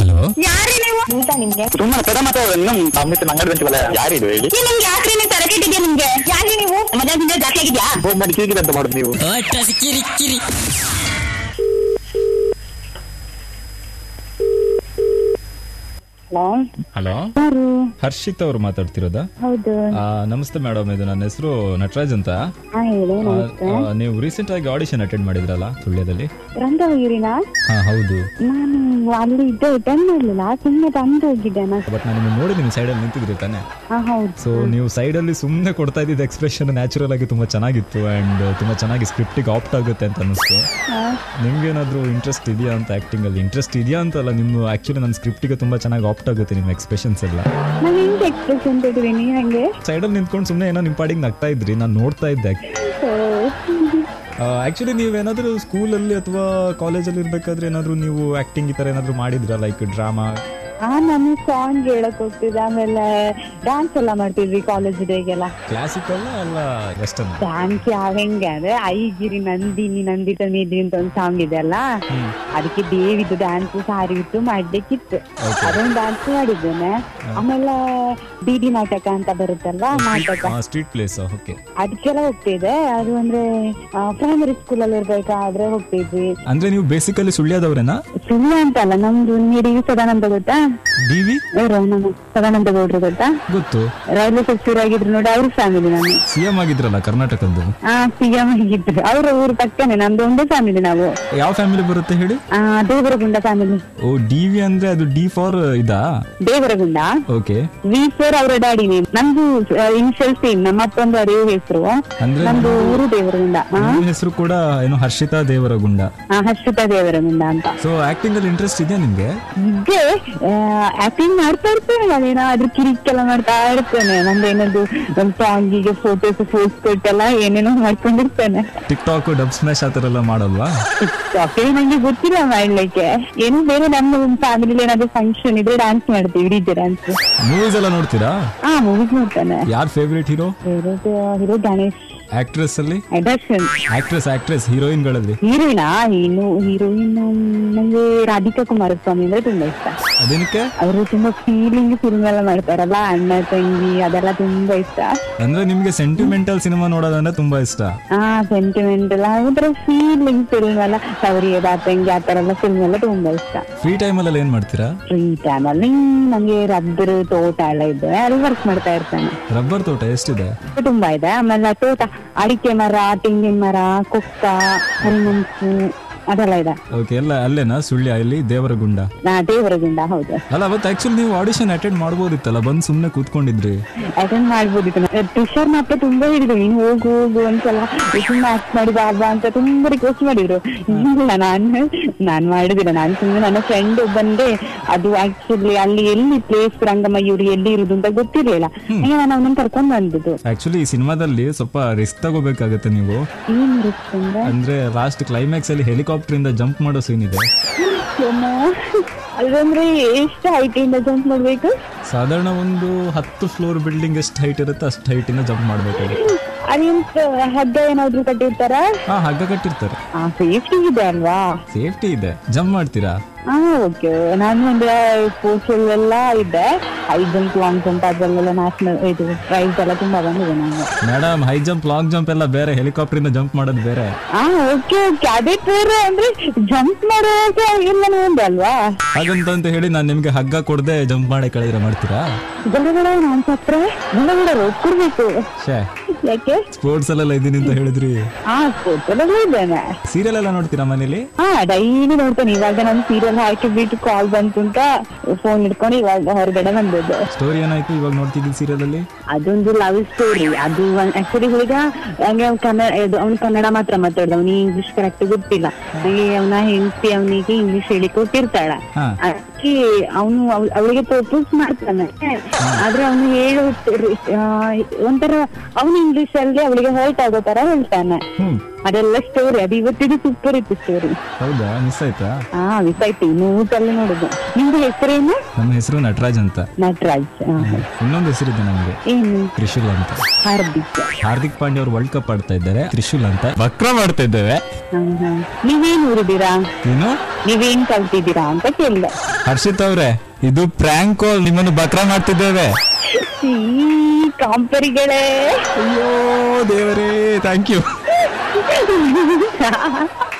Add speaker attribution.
Speaker 1: Hello
Speaker 2: ಯಾರೀ ನೀವು
Speaker 3: ಈಗ ನಿಮ್ಗೆ
Speaker 4: ಸುಮ್ಮನೆ ಪದ ಮತ್ತೆ ಇನ್ನೂ ಅಮೃತ ಮಂಗಡ ಬಂತೀವಲ್ಲ ಯಾರಿದು ಹೇಳಿ
Speaker 2: ನೀ ನಿಮ್ಗೆ ಯಾಕ್ರಿ ನೀವು ತರಕೇಟ್ ಇದೆಯಾ ನಿಮ್ಗೆ ಯಾರೀ ನೀವು ಮದ್ಯಾದಿಂದ ಜಾಸ್ತಿ ಆಗಿದ್ಯಾ
Speaker 4: ಹೋಗಿ ಮಾಡಿ ಕಿರಿಕಿರಿ ಅಂತ ಮಾಡುದು ನೀವು
Speaker 5: ಕಿರಿ ಕಿರಿ
Speaker 3: ಹಲೋ
Speaker 1: ಹಲೋ
Speaker 3: ಯಾರು
Speaker 1: ಹರ್ಷಿತ್ ಅವ್ರು ಮಾತಾಡ್ತಿರೋದಾ
Speaker 3: ಹೌದು
Speaker 1: ಆ, ನಮಸ್ತೆ ಮೇಡಮ್ ಇದು ನನ್ನ ಹೆಸರು ನಟರಾಜ್ ಅಂತ
Speaker 3: ಹಾ ಹೇಳಿ
Speaker 1: ಆ,
Speaker 3: ನಮಸ್ತೆ
Speaker 1: ಆ, ನೀವು ರೀಸೆಂಟ್ ಆಗಿ ಆಡಿಷನ್ ಅಟೆಂಡ್ ಮಾಡಿದ್ರಲ್ಲ ಸುಳ್ಯದಲ್ಲಿ
Speaker 3: ರಂಗವೀರಿನಾ
Speaker 1: ಹಾ ಹೌದು
Speaker 3: ನಾನು ಅಲ್ಲಿ ಇದ್ದೆ ಅಟೆಂಡ್ ಮಾಡ್ಲಿಲ್ಲ ಸುಮ್ಮನೆ ತಂದು ಹೋಗಿದ್ದೆ ನಾನು
Speaker 1: ಬಟ್ ನಾನು ನಿಮ್ಮನ್ನ ನೋಡಿದ್ದೀನಿ ಸೈಡಲ್ಲಿ ನಿಂತಿದ್ರಿ ತಾನೆ
Speaker 3: ಹಾ ಹೌದು
Speaker 1: ಸೊ ನೀವು ಸೈಡಲ್ಲಿ ಸುಮ್ಮನೆ ಕೊಡ್ತಾ ಇದ್ದಿದ್ದ ಎಕ್ಸ್ಪ್ರೆಷನ್ ನ್ಯಾಚುರಲ್ ಆಗಿ ತುಂಬ ಚೆನ್ನಾಗಿತ್ತು ಆ್ಯಂಡ್ ತುಂಬ ಚೆನ್ನಾಗಿ ಸ್ಕ್ರಿಪ್ಟಿಗೆ ಆಪ್ಟ್ ಆಗುತ್ತೆ ಅಂತ ಅನ್ನಿಸ್ತು ನಿಮ್ಗೇನಾದರೂ ಇಂಟ್ರೆಸ್ಟ್ ಇದೆಯಾ ಅಂತ ಆ್ಯಕ್ಟಿಂಗಲ್ಲಿ ಇಂಟ್ರೆಸ್ಟ್ ಇದೆಯಾ ಅಂತಲ್ಲ ನಿಮ್ಮ ಆ್ಯಕ್ಚುಲಿ ನನ್ನ ಸ್ಕ್ರಿಪ್ಟಿಗೆ ತುಂಬ ಚೆನ್ನಾಗಿ ಆಪ್ಟ್ ಆಗುತ್ತೆ ನಿಮ್ಮ ಎಕ್ಸ್ಪ್ರೆಷನ್ಸ್ ಎಲ್ಲ
Speaker 3: ನಾನು ಹೆಂಗೆ ಎಕ್ಸ್ಪ್ರೆಷನ್ ಕೊಟ್ಟಿದ್ದೀನಿ ನೀವು ಹೆಂಗೆ
Speaker 1: ಸೈಡಲ್ಲಿ ನಿಂತ್ಕೊಂಡು ಸುಮ್ಮನೆ ಏನೋ ನಿಮ್ಮ ಪಾಡಿಗೆ ನಗ್ತಾ ಇದ್ರಿ ನಾನು ನೋಡ್ತಾ ಇದ್ದೆ ಆ್ಯಕ್ಚುಲಿ ನೀವೇನಾದರೂ ಸ್ಕೂಲಲ್ಲಿ ಅಥವಾ ಕಾಲೇಜಲ್ಲಿ ಇರಬೇಕಾದ್ರೆ ಏನಾದರೂ ನೀವು ಆ್ಯಕ್ಟಿಂಗ್ ಈ ಥರ ಏನಾದರೂ ಮಾಡಿದ್ರಾ ಲೈಕ್ ಡ್ರಾಮಾ
Speaker 3: ಆ ನಾನು ಸಾಂಗ್ ಹೇಳಕ್ ಹೋಗ್ತಿದ್ದೆ ಆಮೇಲೆ ಡ್ಯಾನ್ಸ್ ಎಲ್ಲ ಮಾಡ್ತಿದ್ವಿ ಕಾಲೇಜ್ ಡೇಗೆಲ್ಲ
Speaker 1: ಕ್ಲಾಸಿಕಲ್ಲ ಅಲ್ಲ ವೆಸ್ಟರ್ನ್
Speaker 3: ಡ್ಯಾನ್ಸ್ ಯಾವ ಹೆಂಗೆ ಅಂದ್ರೆ ಐಗಿರಿ ನಂದಿನಿ ನಂದಿತ ಮೇದಿ ಅಂತ ಒಂದು ಸಾಂಗ್ ಇದೆ ಅಲ್ಲ ಅದಕ್ಕೆ ದೇವಿದು ಡ್ಯಾನ್ಸ್ ಸಾರಿ ಇತ್ತು ಮಾಡ್ಬೇಕಿತ್ತು ಅದೊಂದು ಡ್ಯಾನ್ಸ್ ಮಾಡಿದ್ದೇನೆ ಆಮೇಲೆ ಬೀದಿ ನಾಟಕ ಅಂತ ಬರುತ್ತಲ್ವಾ ನಾಟಕ
Speaker 1: ಸ್ಟ್ರೀಟ್ ಪ್ಲೇಸ್ ಓಕೆ
Speaker 3: ಅದಕ್ಕೆಲ್ಲ ಹೋಗ್ತಿದ್ದೆ ಅದು ಅಂದ್ರೆ ಪ್ರೈಮರಿ ಸ್ಕೂಲ್ ಅಲ್ಲಿ ಇರ್ಬೇಕಾದ್ರೆ ಹೋಗ್ತಿದ್ವಿ
Speaker 1: ಅಂದ್ರೆ ನೀವು ಬೇಸಿಕಲಿ ಸುಳ್ಯದವ್ರೇನಾ
Speaker 3: ಸುಳ್ಳು ಅಂತಲ್ಲ ನಮ್ದು ನೀಡಿ ಸದಾನಂದ ಗೊತ್ತಾ
Speaker 1: ಡಿ ವಿ
Speaker 3: ಇವ್ರು ನಮ್ಮ ಸದಾನಂದ ಗೌಡ್ರು ಗೊತ್ತಾ
Speaker 1: ಗೊತ್ತು
Speaker 3: ರೈಲ್ವೆ ಸಚಿವರು ಆಗಿದ್ರು ನೋಡಿ ಅವ್ರ ಫ್ಯಾಮಿಲಿ ನಾನು
Speaker 1: ಸಿ ಎಂ ಆಗಿದ್ರಲ್ಲ ಕರ್ನಾಟಕದ್ದು
Speaker 3: ಆ ಸಿ ಎಂ ಆಗಿದ್ರು ಅವ್ರ ಊರು ಪಕ್ಕನೆ ನಮ್ದು ಒಂದೇ ಫ್ಯಾಮಿಲಿ ನಾವು
Speaker 1: ಯಾವ ಫ್ಯಾಮಿಲಿ ಬರುತ್ತೆ ಹೇಳಿ
Speaker 3: ಆ, ದೇವರಗುಂಡ ಫ್ಯಾಮಿಲಿ
Speaker 1: ಓ ಡಿ ವಿ ಅಂದ್ರೆ ಅದು ಡಿ ಫಾರ್ ಇದಾ
Speaker 3: ದೇವರಗುಂಡ
Speaker 1: ಓಕೆ
Speaker 3: ವಿ ಸರ್ ಅವರ ಡ್ಯಾಡಿ ನೇಮ್ ನಮ್ದು ಇನಿಷಿಯಲ್ ಸೇಮ್ ನಮ್ಮ ಅಪ್ಪಂದು ಅದೇ ಹೆಸರು
Speaker 1: ಅಂದ್ರೆ
Speaker 3: ನಮ್ದು ಊರು ದೇವರಗುಂಡ ಆ,
Speaker 1: ನಿಮ್ಮ ಹೆಸರು ಕೂಡ ಏನು ಹರ್ಷಿತಾ ದೇವರಗುಂಡ
Speaker 3: ಆ, ಹರ್ಷಿತಾ ದೇವರಗುಂಡ ಅಂತ
Speaker 1: ಸೊ ಆಕ್ಟಿಂಗ್ ಅಲ್ಲಿ ಇಂಟ್ರೆಸ್ಟ್ ಇದೆಯಾ ನಿಮ್ಗೆ
Speaker 3: ಇದ್ದೆ ಆಕ್ಟಿಂಗ್ ಮಾಡ್ತಾ ಇರ್ತೇನೆ ನಾನೇನೋ ಅದ್ರ ಕಿರಿಕೆಲ್ಲ ಮಾಡ್ತಾ ಇರ್ತೇನೆ ನಂದು ಏನಾದ್ರು ಒಂದು ಸಾಂಗಿಗೆ ಫೋಟೋಸ್ ಫೋಸ್ ಕೊಟ್ಟೆಲ್ಲ ಏನೇನೋ ಮಾಡ್ಕೊಂಡಿರ್ತೇನೆ
Speaker 1: ಟಿಕ್ ಟಾಕ್ ಡಬ್ ಸ್ಮ್ಯಾಶ್ ಆ ಥರ ಎಲ್ಲ ಮಾಡಲ್ವಾ
Speaker 3: ಅದೇ ನಂಗೆ ಗೊತ್ತಿಲ್ಲ ಮಾಡ್ಲಿಕ್ಕೆ ಏನೋ ಬೇರೆ ನಮ್ಮ ಫ್ಯಾಮಿಲಿ ಏನಾದ್ರು ಫಂಕ್ಷನ್ ಇದ್ರೆ ಡ್ಯಾನ್ಸ್ ಮಾಡ್ತೀವಿ ಇಡೀ ಡ್ಯಾನ್ಸ್
Speaker 1: ಮೂವೀಸ್ ಎಲ್ಲ ನೋಡ್ತೀರಾ
Speaker 3: ಹಾ ಮೂವೀಸ್ ನೋಡ್ತಾನೆ
Speaker 1: ಯಾರ್ ಫೇವ್ರೇಟ್ ಹೀರೋ
Speaker 3: ಬೇರೆದು ಹೀರೋ ಗಣೇಶ್
Speaker 1: ಆಕ್ಟ್ರೆಸ್ ಅಲ್ಲಿ
Speaker 3: ದರ್ಶನ್
Speaker 1: ಆಕ್ಟ್ರೆಸ್ ಆಕ್ಟ್ರೆಸ್ ಹೀರೋಯಿನ್ ಗಳಲ್ಲಿ
Speaker 3: ಹೀರೋಯಿನಾ ಇನ್ನು ಹೀರೋಯಿನ್ ನಂಗೆ ರಾಧಿಕಾ ಕುಮಾರಸ್ವಾಮಿ ಅಂದ್ರೆ ತುಂಬಾ ಇಷ್ಟ
Speaker 1: ಅದೇನಕ್ಕೆ
Speaker 3: ಅವರು ತುಂಬಾ ಫೀಲಿಂಗ್ ಫಿಲ್ಮ್ ಎಲ್ಲ ಮಾಡ್ತಾರಲ್ಲ ಅಣ್ಣ ತಂಗಿ ಅದೆಲ್ಲ ತುಂಬಾ ಇಷ್ಟ
Speaker 1: ಅಂದ್ರೆ ನಿಮ್ಗೆ ಸೆಂಟಿಮೆಂಟಲ್ ಸಿನಿಮಾ ನೋಡೋದಂದ್ರೆ ತುಂಬಾ ಇಷ್ಟ
Speaker 3: ಆ ಸೆಂಟಿಮೆಂಟ್ ಎಲ್ಲ ಒಂಥರ ಫೀಲಿಂಗ್ ಫಿಲ್ಮ್ ಎಲ್ಲ ಸೌರಿ ದಾತಂಗಿ ಆ ತರ ಎಲ್ಲ ಫಿಲ್ಮ್ ಎಲ್ಲ ತುಂಬಾ ಇಷ್ಟ
Speaker 1: ಫ್ರೀ ಟೈಮ್ ಅಲ್ಲಿ ಏನ್ ಮಾಡ್ತೀರಾ
Speaker 3: ಫ್ರೀ ಟೈಮ್ ಅಲ್ಲಿ ನಂಗೆ ರಬ್ಬರ್ ತೋಟ ಎಲ್ಲ ಇದೆ ಅಲ್ಲಿ ವರ್ಕ್ ಮಾಡ್ತಾ ಇರ್ತಾನೆ
Speaker 1: ರಬ್ಬರ್ ತೋಟ ಎಷ್ಟಿದೆ
Speaker 3: ತುಂಬಾ ಇದೆ ಆಮೇಲೆ ಆ ತೋಟ ಅಡಿಕೆ ಮರ ತೆಂಗಿನ ಮರ ಕೊಕ್ಕ ಹರಿಮೆಣಸು ಅದೆಲ್ಲ ಇದೆ
Speaker 1: ಓಕೆ ಎಲ್ಲ ಅಲ್ಲೇನಾ ಸುಳ್ಯ ಇಲ್ಲಿ ದೇವರಗುಂಡ
Speaker 3: ನಾ ದೇವರಗುಂಡ ಹೌದು
Speaker 1: ಅಲ್ಲ ಅವತ್ತು ಆಕ್ಚುಲಿ ನೀವು ಆಡಿಷನ್ ಅಟೆಂಡ್ ಮಾಡ್ಬೋದಿತ್ತಲ್ಲ ಬಂದು ಸುಮ್ಮನೆ ಕೂತ್ಕೊಂಡಿದ್ರಿ
Speaker 3: ಅಟೆಂಡ್ ಮಾಡ್ಬೋದಿತ್ತು ನಾನು. ತುಷಾರ್ ಮಾತ್ರ ತುಂಬಾ ಹೇಳಿದ್ರು ನೀನು ಹೋಗು ಹೋಗು ಒಂದ್ಸಲ ತುಂಬಾ ಆಕ್ಟ್ ಮಾಡಿ ಬಾ ಬಾ ಅಂತ ತುಂಬಾ ರಿಕ್ವೆಸ್ಟ್ ಮಾಡಿದ್ರು ಇಲ್ಲ ನಾನು ನಾನು ಮಾಡುದಿಲ್ಲ ನಾನು ಸುಮ್ಮನೆ ನನ್ನ ಫ್ರೆಂಡ್ ಬಂದೆ ಅದು ಆಕ್ಚುಲಿ ಅಲ್ಲಿ ಎಲ್ಲಿ ಪ್ಲೇಸ್ ರಂಗಮಯೂರಿ ಎಲ್ಲಿ ಇರುದು ಅಂತ ಗೊತ್ತಿರ್ಲಿಲ್ಲ ಹಾಗೆ ನಾನು ಅವನನ್ನ ಕರ್ಕೊಂಡ್ ಬಂದಿದ್ದು
Speaker 1: ಆಕ್ಚುಲಿ ಈ ಸಿನಿಮಾದಲ್ಲಿ ಸ್ವಲ್ಪ ರಿಸ್ಕ್ ತಗೋಬೇಕಾಗತ್ತೆ ನೀವು
Speaker 3: ಏನ್ ರಿಸ್ಕ್ ಅಂದ್ರೆ
Speaker 1: ಅಂದ್ರೆ ಲಾಸ್ಟ್ ಕ್ಲೈಮ್ಯಾಕ್ಸ್ ಅಲ್ಲಿ ಹೆಲಿಕಾಪ್ಟರ್ ಇಂದ ಜಂಪ್ ಮಾಡೋ ಸೀನ್ ಇದೆ
Speaker 3: ಯಮ್ಮ. ಅದಂದ್ರೆ ಎಷ್ಟು ಹೈಟ್ ಇಂದ ಜಂಪ್ ಮಾಡ್ಬೇಕು
Speaker 1: ಸಾಧಾರಣ ಒಂದು ಹತ್ತು ಫ್ಲೋರ್ ಬಿಲ್ಡಿಂಗ್ ಎಷ್ಟು ಹೈಟ್ ಇರುತ್ತೆ ಅಷ್ಟು ಹೈಟ್ ಇಂದ ಜಂಪ್ ಮಾಡ್ಬೇಕಾಗುತ್ತೆ
Speaker 3: ಅಲ್ಲಿಂದ ಹಗ್ಗ ಏನಾದ್ರು ಕಟ್ಟಿರ್ತಾರ
Speaker 1: ಹಾ ಹಗ್ಗ ಕಟ್ಟಿರ್ತಾರೆ
Speaker 3: ಆ ಸೇಫ್ಟಿ ಇದೆ ಅಲ್ವಾ
Speaker 1: ಸೇಫ್ಟಿ ಇದೆ ಜಂಪ್ ಮಾಡ್ತೀರಾ
Speaker 3: ಹಾ ಓಕೆ ನಾನು ಅಂದ್ರೆ ಸ್ಪೋರ್ಟ್ಸ್ ಅಲ್ಲೆಲ್ಲ ಇದ್ದೆ ಹೈ ಜಂಪ್ ಲಾಂಗ್ ಜಂಪ್ ಅದ್ರಲ್ಲೆಲ್ಲ ನ್ಯಾಷನಲ್ ಇದು ಪ್ರೈಸ್ ಎಲ್ಲ ತುಂಬಾ ಬಂದಿದೆ ನಾನು
Speaker 1: madam high jump long jump ಎಲ್ಲ ಬೇರೆ ಹೆಲಿಕಾಪ್ಟರ್ ಇಂದ ಜಂಪ್ ಮಾಡೋದು ಬೇರೆ
Speaker 3: ಹಾ ಓಕೆ ಓಕೆ ಅದೇ ತರ ಅಂದ್ರೆ ಜಂಪ್ ಮಾಡೋಕೆ ಎಲ್ಲ ನಂದು ಅಲ್ವಾ
Speaker 1: ಹಾಗಂತ ಹೇಳಿ ನಾನು ನಿಮ್ಗೆ ಹಗ್ಗ ಕೊಡದೆ ಜಂಪ್ ಮಾಡಿ ಕಳೆದ್ರೆ ಮಾಡ್ತೀರಾ
Speaker 3: ಗಡಗಡ ನಾನು ಸತ್ರ ಗಡಗಡ ರೋಡ್ ಕೊಡ್ಬೇಕು
Speaker 1: ಶೇ
Speaker 3: ಯಾಕೆ
Speaker 1: ಸ್ಪೋರ್ಟ್ಸ್ ಅಲ್ಲೆಲ್ಲ ಇದೀನಿ ಅಂತ ಹೇಳಿದ್ರಿ
Speaker 3: ಹಾ ಸ್ಪೋರ್ಟ್ಸ್ ಎಲ್ಲ ಇದ್ದೇನೆ
Speaker 1: ಸೀರಿಯಲ್ ಎಲ್ಲ ನೋಡ್ತೀರಾ ಮನೇಲಿ
Speaker 3: ಹಾ ಡೈಲಿ ನೋಡ್ತೇನೆ ಇವಾಗ ನಾನು ಸೀರಿಯಲ್ ಹಾಕಿ ಬಿಟ್ಟು ಕಾಲ್ ಬಂತು ಅಂತ ಫೋನ್ ಇಟ್ಕೊಂಡು ಇವಾಗ ಹೊರಗಡೆ ಬಂದದ್ದು
Speaker 1: ಸ್ಟೋರಿ ಏನಾಯ್ತು ಇವಾಗ ನೋಡ್ತಿದ್ದೀನಿ ಸೀರಿಯಲ್ ಅಲ್ಲಿ
Speaker 3: ಅದೊಂದು ಲವ್ ಸ್ಟೋರಿ ಅದು ಆಕ್ಚುಲಿ ಹುಡುಗ ಹಂಗೆ ಅವ್ನು ಕನ್ನಡ ಅವ್ನು ಕನ್ನಡ ಮಾತ್ರ ಮಾತಾಡ್ದ ಅವ್ನಿಗೆ ಇಂಗ್ಲಿಷ್ ಕರೆಕ್ಟ್ ಗೊತ್ತಿಲ್ಲ ಹಾಗೆ ಅವನ ಹೆಂಡತಿ ಅವನಿಗೆ ಇಂಗ್ಲಿಷ್ ಹೇಳಿ ಕೊಟ್ಟಿರ್ತಾಳ
Speaker 1: ಹಾ.
Speaker 3: ಅದಕ್ಕೆ ಅವನು ಅವಳಿಗೆ ಪ್ರಪೋಸ್ ಮಾಡ್ತಾನೆ ಆದ್ರೆ ಅವನು ಹೇಳು ಒಂಥರ ಅವನು ಇಂಗ್ಲಿಷ್ ಅಲ್ಲಿ ಅವಳಿಗೆ ಹರ್ಟ್ ಆಗೋ ತರ ಹೇಳ್ತಾನೆ
Speaker 1: ಹ್ಮ್
Speaker 3: ಅದೆಲ್ಲ ಸ್ಟೋರಿ ಅದು ಇವತ್ತಿದ್ದು ಸೂಪರ್ ಇತ್ತು ಸ್ಟೋರಿ
Speaker 1: ಹೌದಾ ಮಿಸ್ ಆಯ್ತಾ
Speaker 3: ಹಾ ಮಿಸ್ ಆಯ್ತು ಇನ್ನು ಊಟಲ್ಲಿ ನೋಡುದು ನಿಮ್ದು ಹೆಸರೇನು
Speaker 1: ನಮ್ಮ ಹೆಸರು ನಟರಾಜ್ ಅಂತ
Speaker 3: ನಟರಾಜ್ ಆ,
Speaker 1: ಇನ್ನೊಂದು ಹೆಸರಿದೆ ನಮಗೆ
Speaker 3: ಏನು
Speaker 1: ತ್ರಿಶೂಲ್ ಅಂತ
Speaker 3: ಹಾರ್ದಿಕ್
Speaker 1: ಹಾರ್ದಿಕ್ ಪಾಂಡ್ಯ ಅವರು ವರ್ಲ್ಡ್ ಕಪ್ ಆಡ್ತಾ ಇದ್ದಾರೆ ತ್ರಿಶೂಲ್ ಅಂತ ವಕ್ರ ಮಾಡ್ತಾ ಇದ್ದೇವೆ
Speaker 3: ಹಾ ಹಾ ನೀವೇನ್ ಊರಿದ್ದೀರಾ
Speaker 1: ಏನು
Speaker 3: ನೀವೇನ್ ಕಲ್ತಿದ್ದೀರಾ ಅಂತ ಕೇಳಿದೆ
Speaker 1: ಹರ್ಷಿತ್ ಅವ್ರೆ ಇದು ಪ್ರ್ಯಾಂಕ್ ನಿಮ್ಮನ್ನು ಬಕ್ರ ಮಾಡ್ತಿದ್ದೇವೆ
Speaker 3: ಈ ಕಾಂಪರಿಗಳೇ
Speaker 1: ಅಯ್ಯೋ ದೇವರೇ ಥ್ಯಾಂಕ್ ಯು